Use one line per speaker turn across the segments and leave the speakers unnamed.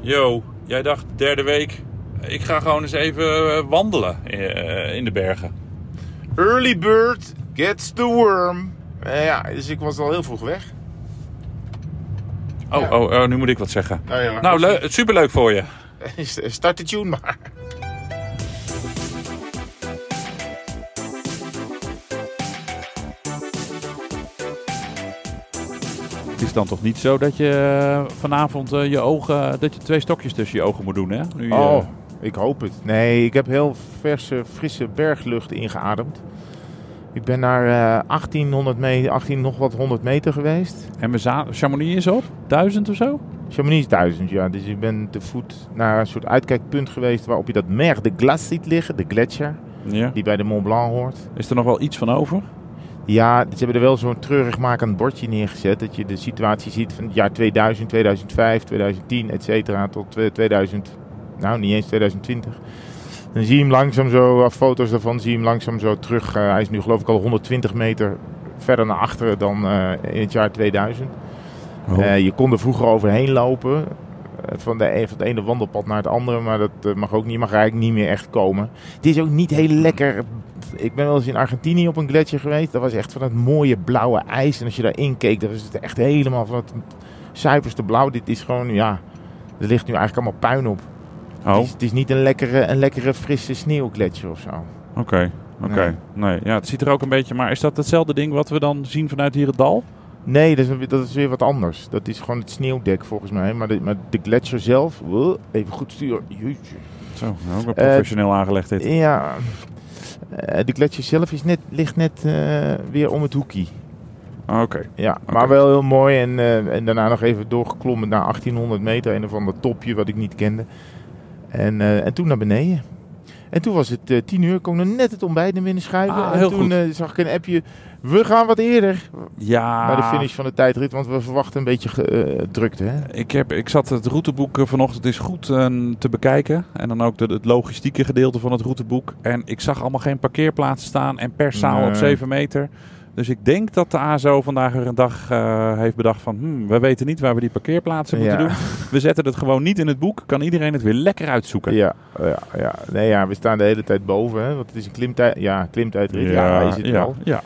Yo, jij dacht derde week. Ik ga gewoon eens even eh, wandelen eh, in de bergen.
Early bird gets the worm. Eh, ja, dus ik was al heel vroeg weg.
Oh,
Ja.
oh, oh, nu moet ik wat zeggen.
Nou ja,
nou,
dat is
leu- superleuk voor je.
Start de tune maar.
Het is dan toch niet zo dat je eh, vanavond je ogen, eh, dat je twee stokjes tussen je ogen moet doen, hè?
Oh, ik hoop het. Nee, ik heb heel verse, frisse berglucht ingeademd. Ik ben naar eh, 1800 meter, 18 nog wat 100 meter geweest.
en Chamonix is op? Duizend of zo?
Chamonix is 1000, ja. Dus ik ben te voet naar een soort uitkijkpunt geweest waarop je dat mer de glace ziet liggen, de gletsjer,
Ja.
die bij de Mont Blanc hoort.
Is er nog wel iets van over?
Ja, ze hebben er wel zo'n treurigmakend bordje neergezet. Dat je de situatie ziet van het jaar 2000, 2005, 2010, et cetera, tot eh, 2000. Nou, niet eens 2020. Dan zie je hem langzaam zo, eh, foto's daarvan, zie je hem langzaam zo terug. Eh, hij is nu geloof ik al 120 meter verder naar achteren dan eh, in het jaar 2000.
Oh.
Eh, je kon er vroeger overheen lopen. eh, Van, de, van het ene wandelpad naar het andere. Maar dat eh, mag ook niet. Mag eigenlijk niet meer echt komen. Het is ook niet heel lekker. Ik ben wel eens in Argentinië op een gletsjer geweest. Dat was echt van het mooie blauwe ijs. En als je daarin keek, dan was het echt helemaal van het zuiverste blauw. Dit is gewoon, ja. Er ligt nu eigenlijk allemaal puin op. Het,
Oh,
is, het is niet een lekkere, een lekkere frisse sneeuwgletsjer of zo.
oké. Oké, nee. Ja, het ziet er ook een beetje... Maar is dat hetzelfde ding wat we dan zien vanuit hier het dal?
Nee, dat is, dat is weer wat anders. Dat is gewoon het sneeuwdek volgens mij. Maar de, maar de gletsjer zelf. wow, even goed sturen. Jeetje.
Zo, nou, ook
Eh,
wel professioneel aangelegd dit.
Ja, eh, de gletsjer zelf is net, ligt net eh, weer om het hoekje. eh,
Oké.
Ja,
Oké.
maar wel heel mooi. En, eh, en daarna nog even doorgeklommen naar 1800 meter. Een of ander topje wat ik niet kende. En, eh, en toen naar beneden. En toen was het eh, tien uur. Kon ik nog net het ontbijt naar binnen schuiven.
Ah,
en
heel
toen
goed.
eh, zag ik een appje. We gaan wat eerder
Ja.
bij de finish van de tijdrit. Want we verwachten een beetje ge- eh, drukte. Hè?
Ik, heb, ik zat het routeboek eh, vanochtend eens goed eh, te bekijken. En dan ook de, het logistieke gedeelte van het routeboek. En ik zag allemaal geen parkeerplaatsen staan en perszaal
Nee.
op 7 meter. Dus ik denk dat de ASO vandaag weer een dag eh, heeft bedacht van... Hmm, we weten niet waar we die parkeerplaatsen moeten
Ja.
doen. We zetten het gewoon niet in het boek. Kan iedereen het weer lekker uitzoeken.
Ja, ja, ja. Nee, ja, we staan de hele tijd boven. Hè? Want het is een klimtijd. Ja, klimtijdrit. Ja, is het
ja,
wel.
ja,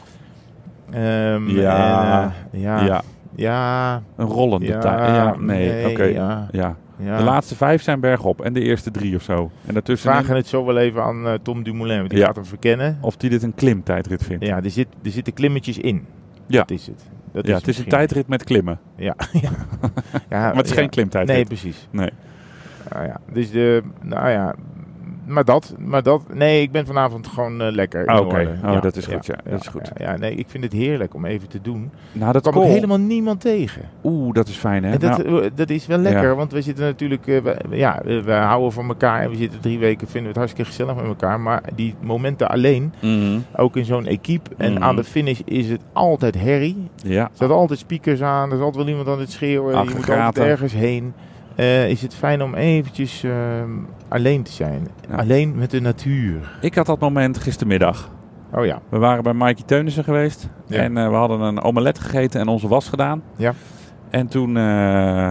Ehm,
Ja.
en, eh,
ja.
ja. Ja.
Een rollende
ja,
tijd. Ja, nee, oké. Ja.
ja, ja.
De laatste vijf zijn bergop en de eerste drie of zo. En
We
daartussen
vragen het zo wel even aan eh, Tom Dumoulin, want die
Ja. Oh,
gaat hem verkennen.
of die dit een klimtijdrit vindt.
Ja, er, zit, er zitten klimmetjes in.
Ja.
Dat is het. Dat
Ja, het is een
misschien-
tijdrit met klimmen.
Ja, ja. ja
Maar het is
ja.
geen klimtijdrit.
Nee, precies.
Nee.
Nou ja, dus de, nou ja, maar dat, maar dat, nee, ik ben vanavond gewoon eh, lekker. in
Ah, oké.
orde.
Oh, dat is goed, ja. Dat is goed.
Ja, ja, nee, ik vind het heerlijk om even te doen.
Nou, dat
Er
kan
kwam ook helemaal niemand tegen.
Oeh, dat is fijn, hè?
En dat,
Nou,
eh, dat is wel lekker,
Ja.
want we zitten natuurlijk, eh, we, ja, eh, we houden van elkaar en we zitten drie weken, vinden we het hartstikke gezellig met elkaar. Maar die momenten alleen, ook in zo'n equipe en
Mhm.
aan de finish is het altijd herrie.
Ja.
Er zaten altijd speakers aan, er is altijd wel iemand aan het schreeuwen, je moet altijd
Aggregaten.
ergens heen. Eh, is het fijn om eventjes ehm, alleen te zijn,
Ja.
alleen met de natuur.
Ik had dat moment gistermiddag.
Oh ja,
We waren bij Mikey Teunissen geweest.
Ja.
En eh, we hadden een omelet gegeten en onze was gedaan.
Ja.
En toen, eh,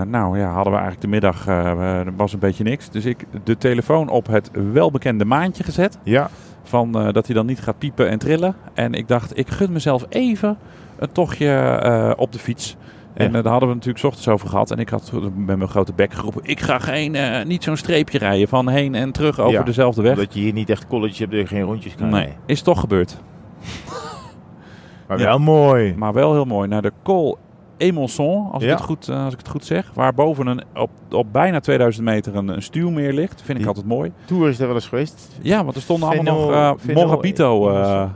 nou ja, hadden we eigenlijk de middag, eh, er was een beetje niks. Dus ik de telefoon op het welbekende maandje gezet.
ja,
Van eh, dat hij dan niet gaat piepen en trillen. En ik dacht, ik gun mezelf even een tochtje eh, op de fiets. En
Ja.
eh, daar hadden we natuurlijk 's ochtends over gehad. En ik had eh, met mijn grote bek geroepen: ik ga geen, eh, niet zo'n streepje rijden van heen en terug over
Ja.
dezelfde weg.
omdat je hier niet echt colleges hebt, dat je geen rondjes kan
Nee,
rijden.
is toch gebeurd.
Maar
Ja.
wel mooi.
Maar wel heel mooi. Naar de Col Emilson, als,
Ja.
ik, het goed, eh, als ik het goed zeg. Waar boven een, op, op bijna 2000 meter een, een stuwmeer ligt. Vind ik
Die-
altijd mooi.
Tour is er wel eens geweest.
Ja, want er stonden allemaal nog
Venno-
eh,
Venno-
Morabito. eh,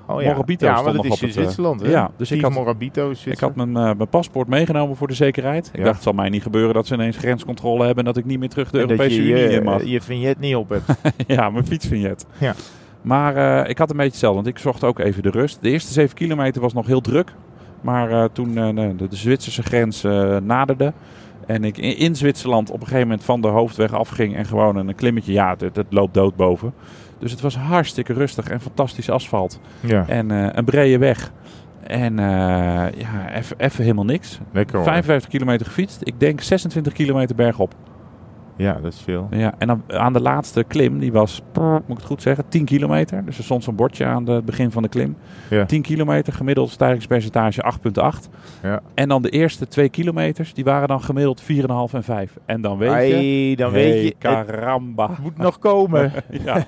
Oh ja.
Morabito
ja, maar
stond
dat
nog
is
op
in
het... eh,
Zwitserland. hè?
ja, dus ik
Steve
had-
Morabito is
ik had mijn, eh, mijn paspoort meegenomen voor de zekerheid. Ik
Ja.
dacht, het zal mij niet gebeuren dat ze ineens grenscontrole hebben... en dat ik niet meer terug de
En
Europese
dat je,
Unie
je,
in mag.
je vignet niet op hebt.
Ja, mijn fietsvignet.
Ja.
Maar eh, ik had een beetje hetzelfde, want ik zocht ook even de rust. De eerste 7 kilometer was nog heel druk. Maar eh, toen eh, nee, de, de Zwitserse grens eh, naderde. En ik in, in Zwitserland op een gegeven moment van de hoofdweg afging. En gewoon een klimmetje, ja, het, het loopt dood boven. Dus het was hartstikke rustig en fantastisch asfalt.
ja,
En eh, een brede weg. En eh, ja, even- even helemaal niks.
lekker hoor.
55 kilometer gefietst. Ik denk 26 kilometer bergop.
Ja, dat is veel.
Ja, en dan aan de laatste klim, die was, moet ik het goed zeggen, 10 kilometer. Dus er stond zo'n bordje aan de- het begin van de klim.
Ja.
10 kilometer, gemiddeld stijgingspercentage 8,8.
Ja.
En dan de eerste 2 kilometers, die waren dan gemiddeld 4,5 en 5. En dan weet je,
Ai, dan
hey,
weet je, het
caramba.
moet nog komen.
ja.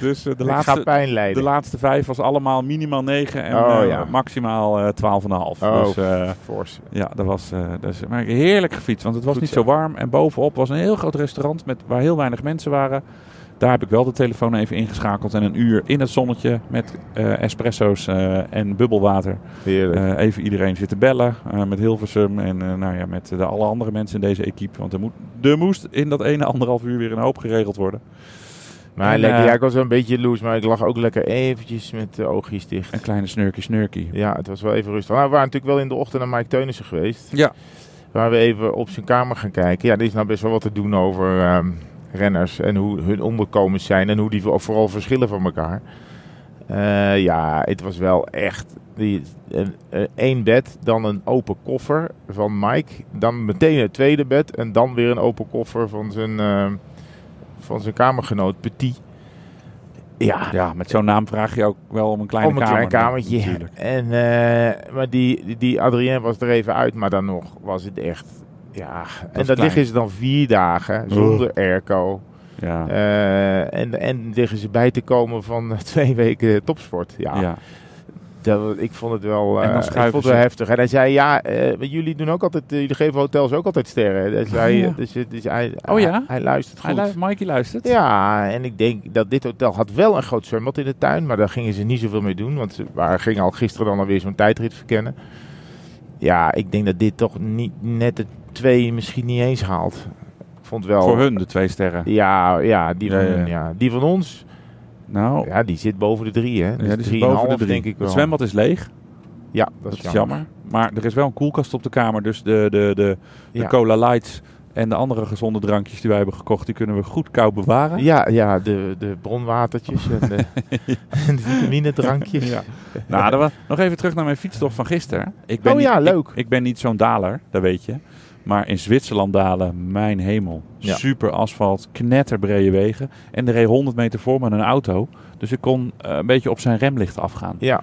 Dus eh, de,
ik ga
laatste,
pijn
de
lijden.
laatste vijf was allemaal minimaal 9 en
Oh,
eh,
ja.
maximaal eh, 12,5.
Oh,
Dus eh,
Force.
ja, dat was, eh, dat is, maar heerlijk gefietst. Want het was
Goed
niet
zo.
zo warm. En bovenop was een heel groot restaurant met, waar heel weinig mensen waren. Daar heb ik wel de telefoon even ingeschakeld. En een uur in het zonnetje met eh, espresso's eh, en bubbelwater.
Heerlijk.
Eh, even iedereen zitten bellen eh, met Hilversum. En eh, nou ja, met de, alle andere mensen in deze equipe. Want er, moet, er moest in dat ene anderhalf uur weer een hoop geregeld worden.
maar
en,
lekker,
eh,
ja, ik was wel een beetje loose, maar ik lag ook lekker eventjes met de oogjes dicht.
Een kleine snurkie snurkie.
Ja, het was wel even rustig. Nou, we waren natuurlijk wel in de ochtend naar Mike Teunissen geweest.
Ja.
Waar we even op zijn kamer gaan kijken. Ja, er is nou best wel wat te doen over ehm, renners en hoe hun onderkomens zijn en hoe die vo- vooral verschillen van elkaar. Eh, ja, het was wel echt die- een- eh, één bed, dan een open koffer van Mike, dan meteen het tweede bed en dan weer een open koffer van zijn, ehm, van zijn kamergenoot Petit. Ja,
Ja, met zo'n naam vraag je ook wel om een kleine
om een
kamer.
klein kamertje.
Natuurlijk.
En, eh, maar die, die- die Adrien was er even uit, maar dan nog was het echt. Ja, en dan
klein. Oh.
liggen ze dan vier dagen zonder airco.
Ja.
Eh, en, en liggen ze bij te komen van eh, twee weken topsport. Ja,
ja.
Dat, ik vond het wel,
En dan
eh, ik
schuiven
vond het wel
ze.
heftig. En hij zei, ja, eh, maar jullie doen ook altijd, eh, jullie geven hotels ook altijd sterren. Dus hij,
Oh, ja.
dus, het is- hij,
Oh ja?
hij, hij luistert goed.
Hij luistert, Mikey luistert.
Ja, en ik denk dat dit hotel had wel een groot zwembad in de tuin, maar daar gingen ze niet zoveel mee doen, want ze waren, gingen al gisteren dan alweer zo'n tijdrit verkennen. Ja, ik denk dat dit toch niet net de twee misschien niet eens haalt. Ik vond wel.
Voor hun de twee sterren.
Ja, ja, die van,
Ja, ja.
hun, ja. die van ons,
nou,
ja, die zit boven de drie, hè? Dus
ja, die zit
drieënhalf,
boven de drie.
denk ik wel.
Het zwembad is leeg.
Ja, dat
Dat
is
is
jammer.
jammer. Maar er is wel een koelkast op de kamer. Dus de, de, de, de
Ja.
cola lights en de andere gezonde drankjes die wij hebben gekocht, die kunnen we goed koud bewaren.
Ja, ja, de, de bronwatertjes en de, en de vitaminedrankjes.
Ja. Nou, dat was, nog even terug naar mijn fietstocht van gisteren. Ik ben
Oh ja,
niet- ik-
leuk.
Ik, ben niet zo'n daler, dat weet je. Maar in Zwitserland dalen, mijn hemel.
Ja.
Super asfalt, knetterbrede wegen. En er reed 100 meter voor me een auto. Dus ik kon eh, een beetje op zijn remlicht afgaan.
Ja,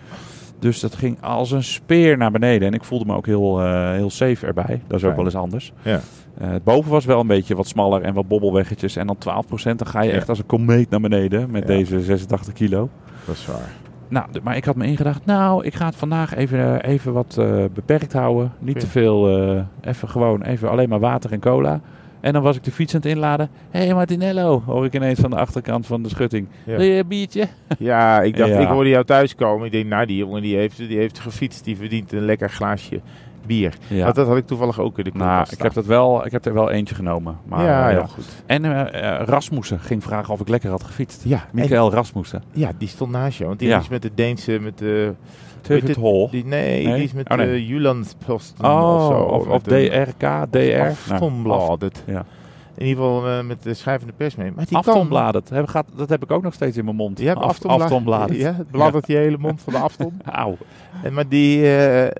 Dus dat ging als een speer naar beneden. En ik voelde me ook heel, eh, heel safe erbij. Dat is ook
Fijn.
wel eens anders.
Ja.
Eh, het boven was wel een beetje wat smaller en wat bobbelweggetjes. En dan 12%, dan ga je
Ja.
echt als een komeet naar beneden met
Ja.
deze 86 kilo.
dat is waar.
Nou, d- maar ik had me ingedacht, nou, ik ga het vandaag even, eh, even wat eh, beperkt houden. Niet
Ja.
te veel, eh, even gewoon, even alleen maar water en cola. En dan was ik de fiets aan het inladen. Hé hey Martinello, hoor ik ineens van de achterkant van de schutting.
Ja.
Wil je een biertje?
Ja, ik dacht,
Ja.
ik hoorde jou thuiskomen. Ik denk, nou, die jongen die heeft, die heeft gefietst. Die verdient een lekker glaasje bier.
Ja.
Want dat had ik toevallig ook in de
nou,
koelkast
ik heb, dat wel, ik heb er wel eentje genomen. Maar,
ja,
eh,
heel
ja.
goed.
En eh, eh, Rasmussen ging vragen of ik lekker had gefietst.
Ja, en,
Michael Rasmussen.
ja, die stond naast jou. Want die
Ja.
is met de Deense, met de...
Turf
het-
het Hol.
Die, nee,
Nee?
die is met
Oh, nee.
de Julandsposten of zo.
Oh, of, of
met een-
DRK, DR. Nou,
Aftonbladet.
ja.
In ieder geval eh, met de schrijvende pers mee. Maar die Kan,
Aftonbladet. Heb- gaat- Dat heb ik ook nog steeds in mijn mond.
je hebt
Af-
Aftonbla-
Aftonbladet.
Ja, het bladdert die hele mond van de Afton.
Auw.
En maar, die, eh, eh,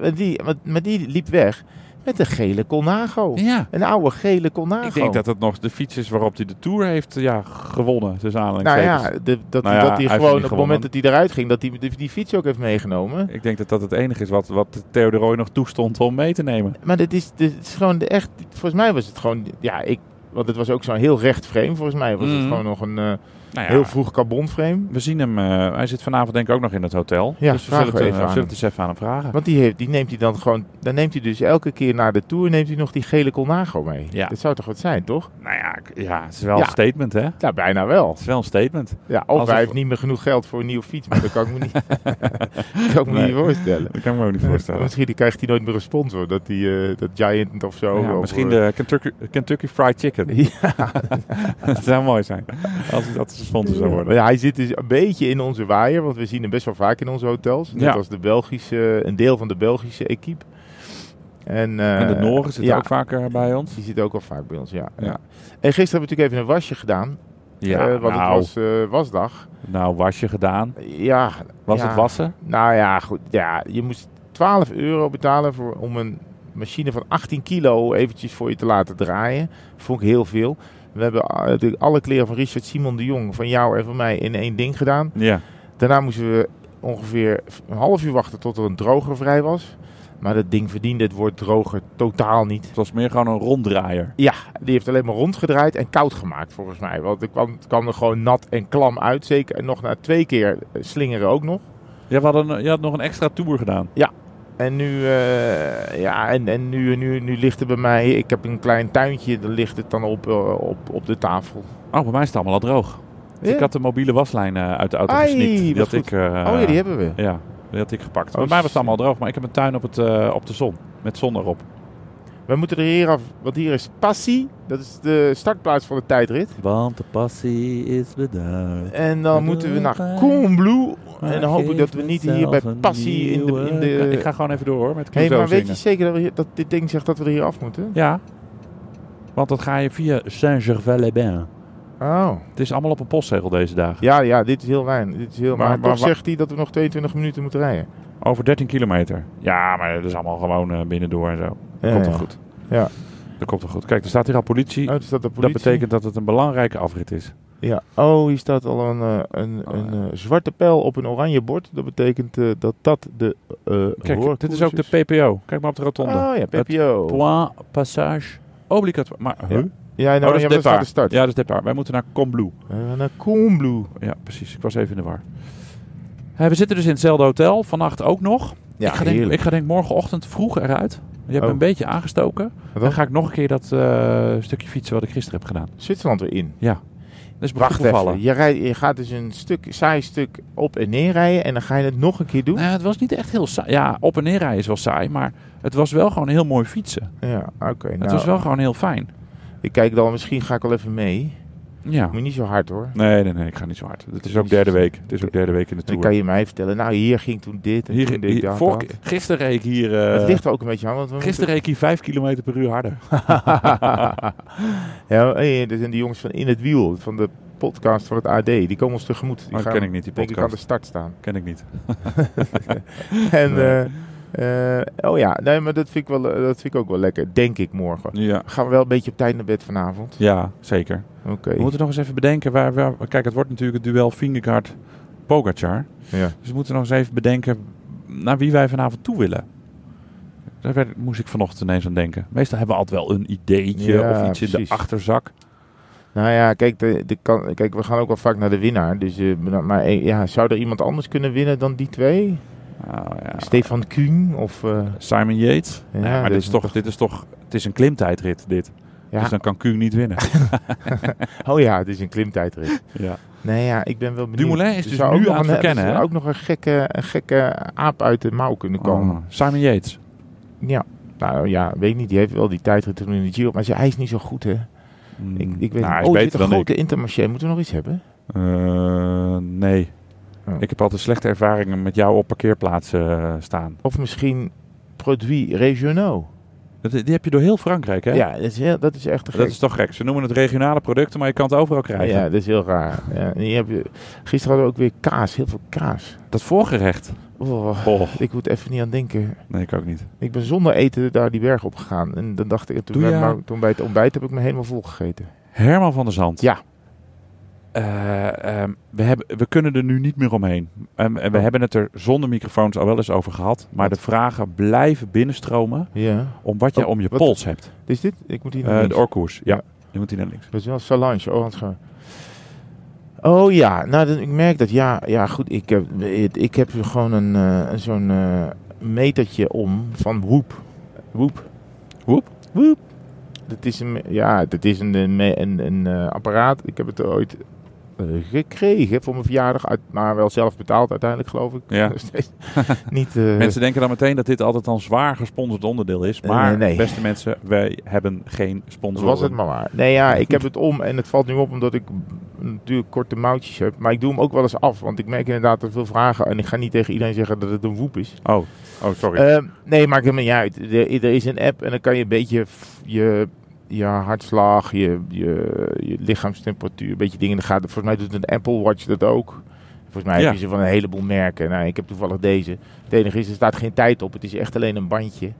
maar, die, maar, maar die liep weg met een gele Colnago.
Ja.
Een oude gele Colnago.
Ik denk dat het nog de fiets is waarop hij de Tour heeft ja, gewonnen. Dus
Nou
aanhalingstekens.
ja, de- dat,
Nou ja,
dat hij
hij heeft
gewoon
niet
op het
gewonnen.
moment dat hij eruit ging, dat hij die, die fiets ook heeft meegenomen.
Ik denk dat dat het enige is wat, wat Theo de Roy nog toestond om mee te nemen.
Maar dit is, dit is gewoon de echt. Volgens mij was het gewoon. Ja, ik. Want het was ook zo'n heel recht frame. Volgens mij was het
Mhm.
gewoon nog een eh,
Nou ja,
heel vroeg carbon frame.
we zien hem. eh, hij zit vanavond denk ik ook nog in het hotel.
Ja,
dus we zullen,
vragen
het,
we
eh,
even aan
zullen
hem.
het eens even aan hem vragen.
Want die, heeft, die neemt hij dan gewoon. Dan neemt hij dus elke keer na de tour neemt hij nog die gele Colnago mee.
Ja.
Dat zou toch wat zijn, toch?
Nou ja, ik- ja, het is wel
Ja.
een statement hè.
Ja, bijna wel.
Het is wel een statement.
Ja, of
Alsof-
hij heeft niet meer genoeg geld voor een nieuwe fiets. Maar dat kan ik me niet, dat kan ik me
Nee.
niet voorstellen.
Dat kan ik me ook niet voorstellen.
Misschien krijgt hij nooit meer een sponsor. Dat, die, eh, dat Giant of zo.
Nou Ja,
of,
misschien
eh,
de Kentucky, Kentucky Fried Chicken.
Ja.
dat zou mooi zijn. Als dat de sponsor zou worden.
Maar ja, hij zit dus een beetje in onze waaier, want we zien hem best wel vaak in onze hotels. Net
Ja.
als de Belgische, een deel van de Belgische equipe. En, eh,
En de Noren zitten
ja,
ook vaker bij ons.
Die zit ook wel vaak bij ons, ja. ja.
Ja.
En gisteren hebben we natuurlijk even een wasje gedaan, eh, want
nou,
het was eh, wasdag.
nou, wasje gedaan.
Ja,
Was
ja.
het wassen?
Nou ja, goed. Ja, je moest 12 euro betalen voor, om een machine van 18 kilo eventjes voor je te laten draaien. Vond ik heel veel. We hebben a- natuurlijk alle kleren van Richard Simon de Jong, van jou en van mij, in één ding gedaan.
Ja.
Daarna moesten we ongeveer een half uur wachten tot er een droger vrij was. Maar dat ding verdiende het woord droger totaal niet.
Het was meer gewoon een ronddraaier.
Ja, die heeft alleen maar rondgedraaid en koud gemaakt volgens mij. Want het kwam, het kwam er gewoon nat en klam uit. Zeker en nog na twee keer eh, slingeren ook nog.
Ja, we hadden, een- je had nog een extra tour gedaan.
En nu, eh, ja, en, en nu, nu, nu ligt het bij mij. Ik heb een klein tuintje, daar ligt het dan op, eh, op, op de tafel.
Oh, bij mij is het allemaal al droog. Dus
Ja.
Ik had de mobiele waslijn eh, uit de auto
Ai,
gesnikt. Die
wat
had ik, eh,
oh ja, die hebben we.
Ja, die had ik gepakt.
Oh,
bij mij was het
shit.
allemaal al droog, maar ik heb een tuin op, het, eh, op de zon. Met zon erop.
We moeten er hier af, want hier is Passie. Dat is de startplaats van de tijdrit.
Want de passie is bedaard.
En dan moeten we naar Coolblue. En dan hoop ik dat we niet hier bij Passie in de... In de...
Ik ga gewoon even door hoor, met
Hé,
Clouseau
maar weet je
zingen.
zeker dat, we hier- dat dit ding zegt dat we er hier af moeten?
Ja. Want dat ga je via Saint-Gervais-les-Bains.
Oh.
Het is allemaal op een postzegel deze dagen.
Ja, ja, dit is heel weinig. Dit is heel,
Maar-
maar,
maar
toch
wa-
zegt hij dat we nog 22 minuten moeten rijden.
Over 13 kilometer. Ja, maar dat is allemaal gewoon eh, binnendoor en zo. Dat
Ja,
komt
ja.
wel goed.
Ja.
Dat komt wel goed. Kijk, er staat hier al politie.
Oh, er staat de
Dat
politie.
betekent dat het een belangrijke afrit is.
Ja. Oh, hier staat al een, eh, een,
Oh,
een eh, zwarte pijl op een oranje bord. Dat betekent eh, dat dat de eh
Kijk, dit is ook de
hoorkoers
PPO. Kijk maar op de rotonde.
Oh ja, PPO.
Point passage obligatoire. Maar, huh?
Ja. Ja,
Oh,
nou, ja, maar dat staat de
départ.
start.
Ja, dat is départ. Wij moeten naar Combloux.
Eh, naar Coolblue.
Ja, precies. Ik was even in de war. Hé, we zitten dus in hetzelfde hotel. Vannacht ook nog.
Ja,
ik, ga denk,
heerlijk.
ik ga denk morgenochtend vroeg eruit. Je hebt
Oh.
me een beetje aangestoken.
Wat
Dan
dan?
ga ik nog een keer dat eh, stukje fietsen wat ik gisteren heb gedaan.
Zwitserland weer in.
Dat is me
Wacht
goed bevallen.
even. Je, rijdt, je gaat dus een stuk, saai stuk op en neer rijden. En dan ga je het nog een keer doen.
Nou, het was niet echt heel saai. Ja, op en neer rijden is wel saai. Maar het was wel gewoon heel mooi fietsen.
Ja, oké.
Het
nou,
was wel gewoon heel fijn.
Ik kijk dan, misschien ga ik wel even mee.
Ja.
Moet je niet zo hard hoor.
Nee, nee, nee. Ik ga niet zo hard. Het is ook derde week. Het is ook derde week in de
Dan
Tour.
kan je mij vertellen, nou hier ging toen dit en
Hier,
toen dit.
hier-
dat,
vorige-
dat.
gisteren reed ik hier... eh,
het ligt er ook een beetje aan. Want we
gisteren reed ik hier 5 km per uur harder.
moeten- ja, hey, er zijn die jongens van In het Wiel, van de podcast van het AD. Die komen ons tegemoet. Die
Maar dat
gaan,
ken ik niet, Oh, die
denk ik aan de
podcast.
start staan.
Ken ik niet.
En,
Nee.
eh, eh, oh ja, nee, maar dat vind, ik wel, eh, dat vind ik ook wel lekker. Denk ik morgen.
Ja.
Gaan we wel een beetje op tijd naar bed vanavond.
Ja, zeker.
Oké.
We moeten nog eens even bedenken waar, waar- Kijk, het wordt natuurlijk het duel Vingegaard Pogacar.
Ja.
Dus we moeten nog eens even bedenken naar wie wij vanavond toe willen. Daar werd- moest ik vanochtend ineens aan denken. Meestal hebben we altijd wel een ideetje
Ja,
of iets in
precies.
de achterzak.
Nou ja, kijk, de, de kan, kijk, we gaan ook wel vaak naar de winnaar. Dus, eh, maar eh, ja, zou er iemand anders kunnen winnen dan die twee?
Nou, ja.
Stefan Kuhn of... eh,
Simon Yates.
Ja,
Nee, maar dit
dus
is, toch, dit is toch... Het is een klimtijdrit, dit.
ja.
Dus dan kan Kuhn niet winnen.
Oh ja, het is een klimtijdrit.
ja.
Nee, ja, ik ben wel benieuwd.
Dumoulin is
Er
dus
zou
nu
ook nog
aan het
een-
verkennen,
Er
hè?
zou ook nog een gekke, een gekke aap uit de mouw kunnen komen.
Oh, Simon Yates.
Ja. Nou ja, weet ik niet. Die heeft wel die tijdrit toen in de Giro. Maar ze- hij is niet zo goed, hè?
Mm,
Ik, ik weet
nou, hij
niet.
is
oh, er zit
beter dan
een
ik.
grote intermarché. Moeten we nog iets hebben?
Eh, nee.
Oh.
Ik heb altijd slechte ervaringen met jou op parkeerplaatsen eh, staan.
Of misschien produits regionaux.
Dat- Die heb je door heel Frankrijk, hè?
Ja, dat is, heel- dat is echt te
Dat
gek.
is toch gek. Ze noemen het regionale producten, maar je kan het overal krijgen.
ja, dat is heel raar. Ja, en hier heb je, gisteren hadden we ook weer kaas. Heel veel kaas.
Dat voorgerecht.
Oh,
Oh,
ik moet even niet aan denken.
nee, ik ook niet.
Ik ben zonder eten daar die berg op gegaan. En dan dacht ik, toen,
Doe
bij,
je-
mijn- toen bij het ontbijt heb ik me helemaal vol gegeten.
Herman van der Zand.
Ja.
Eh, ehm, we, hebben, we kunnen er nu niet meer omheen. Ehm, En en we
Oh.
hebben het er zonder microfoons al wel eens over gehad. Maar de vragen blijven binnenstromen
Ja.
om wat je
Oh,
om je
wat-
pols hebt.
Is dit? Ik moet hier naar
Eh, de
links.
orkoers. Ja.
Ja.
Je moet hier naar links.
Dat is wel Solange. Oh, want gewoon- Oh ja, nou dan, ik merk dat. Ja, ja goed. Ik heb, eh, ik heb gewoon een, eh, zo'n eh, metertje om van Whoop. Whoop.
Whoop?
Whoop. Dat is een, ja, dat is een, een, me- een, een, eh, apparaat. Ik heb het ooit eh, gekregen voor mijn verjaardag. Uit, maar wel zelf betaald uiteindelijk, geloof ik.
Ja.
Nog steeds. Niet, Dus, eh,
Mensen denken dan meteen dat dit altijd een zwaar gesponsord onderdeel is. Maar
nee, nee.
beste mensen, wij hebben geen sponsoren.
was het maar waar. Nee, ja, ik heb het om en het valt nu op omdat ik natuurlijk korte mouwtjes heb. Maar ik doe hem ook wel eens af, want ik merk inderdaad dat er veel vragen. En ik ga niet tegen iedereen zeggen dat het een woep is.
Oh, oh sorry.
Eh, nee, maakt helemaal niet uit. Er, er is een app en dan kan je een beetje f- je, je hartslag, je, je, je lichaamstemperatuur, een beetje dingen in de gaten. Volgens mij doet een Apple Watch dat ook. Volgens mij
Ja.
heb je ze van een heleboel merken. Nou, ik heb toevallig deze. Het enige is, er staat geen tijd op. Het is echt alleen een bandje.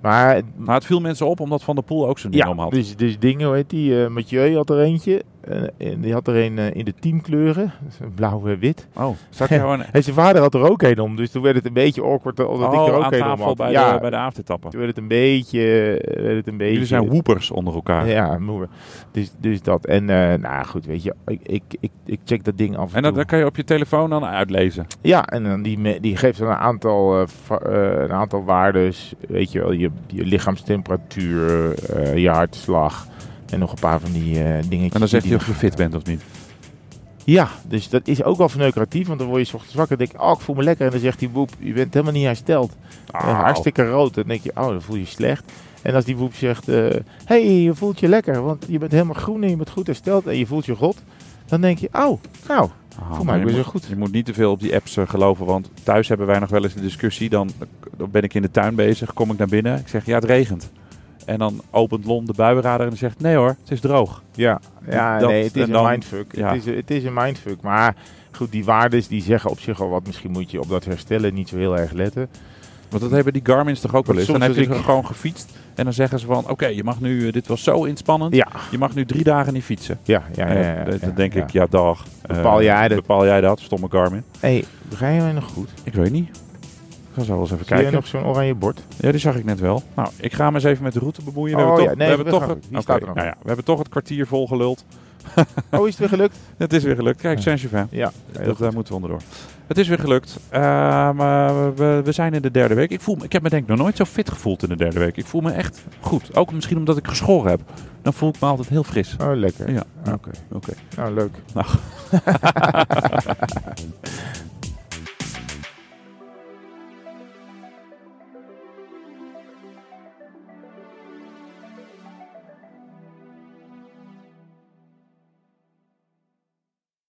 Maar
Maar het viel mensen op omdat Van der Poel ook zijn ding om had.
dus, dus dingen, hoe heet die? eh, Mathieu had er eentje. eh, en die had er een eh, in de teamkleuren. Dus Blauw en wit.
Oh, zag je gewoon
En zijn vader had er ook een om. Dus toen werd het een beetje awkward omdat ik er
oh,
ook
aan
een om
tafel
had.
bij,
ja,
de, bij de avondetappen.
toen werd het een beetje... eh, Werd het een beetje
Jullie zijn woepers onder elkaar.
ja, moe. Dus, dus dat. En eh nou goed, weet je, ik, ik, ik, ik check dat ding af en,
En dat,
toe.
dat kan je op je telefoon dan uitlezen.
Ja, en dan die, me- die geeft dan een aantal, eh, va- eh, een aantal waardes. Weet je wel, je, je lichaamstemperatuur, eh, je hartslag. En nog een paar van die eh dingetjes.
En dan zeg
die
je
die-
of je fit bent of niet.
Ja, dus dat is ook wel verneukeratief. Want dan word je 's ochtends wakker en denk je, oh, ik voel me lekker. En dan zegt die boep, je bent helemaal niet hersteld.
Ah,
Eh, hartstikke rood. Dan denk je, oh, dan voel je je slecht. En als die boep zegt, eh, hey, je voelt je lekker. Want je bent helemaal groen en je bent goed hersteld. En je voelt je god. Dan denk je, oh, nou,
Ah,
voel
maar
mij
je
weer zo
moet-
goed.
Je moet niet te veel op die apps eh, geloven, want thuis hebben wij nog wel eens een discussie. Dan, dan ben ik in de tuin bezig, kom ik naar binnen, ik zeg ja, het regent. En dan opent Lon de buienradar en die zegt nee hoor, het is droog.
Ja, ja
Dat-
nee, het is
en
een
dan-
mindfuck.
ja.
Het, is, het is een mindfuck. Maar goed, die waardes die zeggen op zich al wat. Misschien moet je op dat herstellen niet zo heel erg letten.
Want dat hebben die Garmin's toch ook wel eens.
Soms
Dan heb je
als ik-
ze gewoon gefietst en dan zeggen ze van oké, je mag nu, eh, dit was zo inspannend,
Ja,
je mag nu drie dagen niet fietsen.
ja, ja. ja,
Eh,
ja, ja,
dat-
ja,
dan denk
ja.
ik, ja dag. Eh,
Bepaal jij dat?
Bepaal jij dat, stomme Garmin.
hey, begrijp je mij nog goed?
Ik weet niet. Ik ga zo wel eens even
Kijk,
kijken.
nog zo'n oranje bord?
Ja, die zag ik net wel. Nou, ik ga me eens even met de route bemoeien. We
Oh
hebben
ja,
toch,
nee,
we hebben
we
toch
gaan
het,
goed. Die
Oké,
staat er nog.
nou ja, we hebben toch het kwartier vol geluld.
Oh, is het weer gelukt?
Het is weer gelukt. Kijk, Saint-Gervais.
Ja. heel
Dat
goed.
daar moeten we onderdoor. Het is weer gelukt. Ehm, eh, we, we zijn in de derde week. Ik, voel, me- ik heb me denk ik nog nooit zo fit gevoeld in de derde week. Ik voel me echt goed. Ook misschien omdat ik geschoren heb. Dan voel ik me altijd heel fris.
Oh, lekker. Nou,
Ja,
Oké.
oké.
Nou, leuk.
Nou.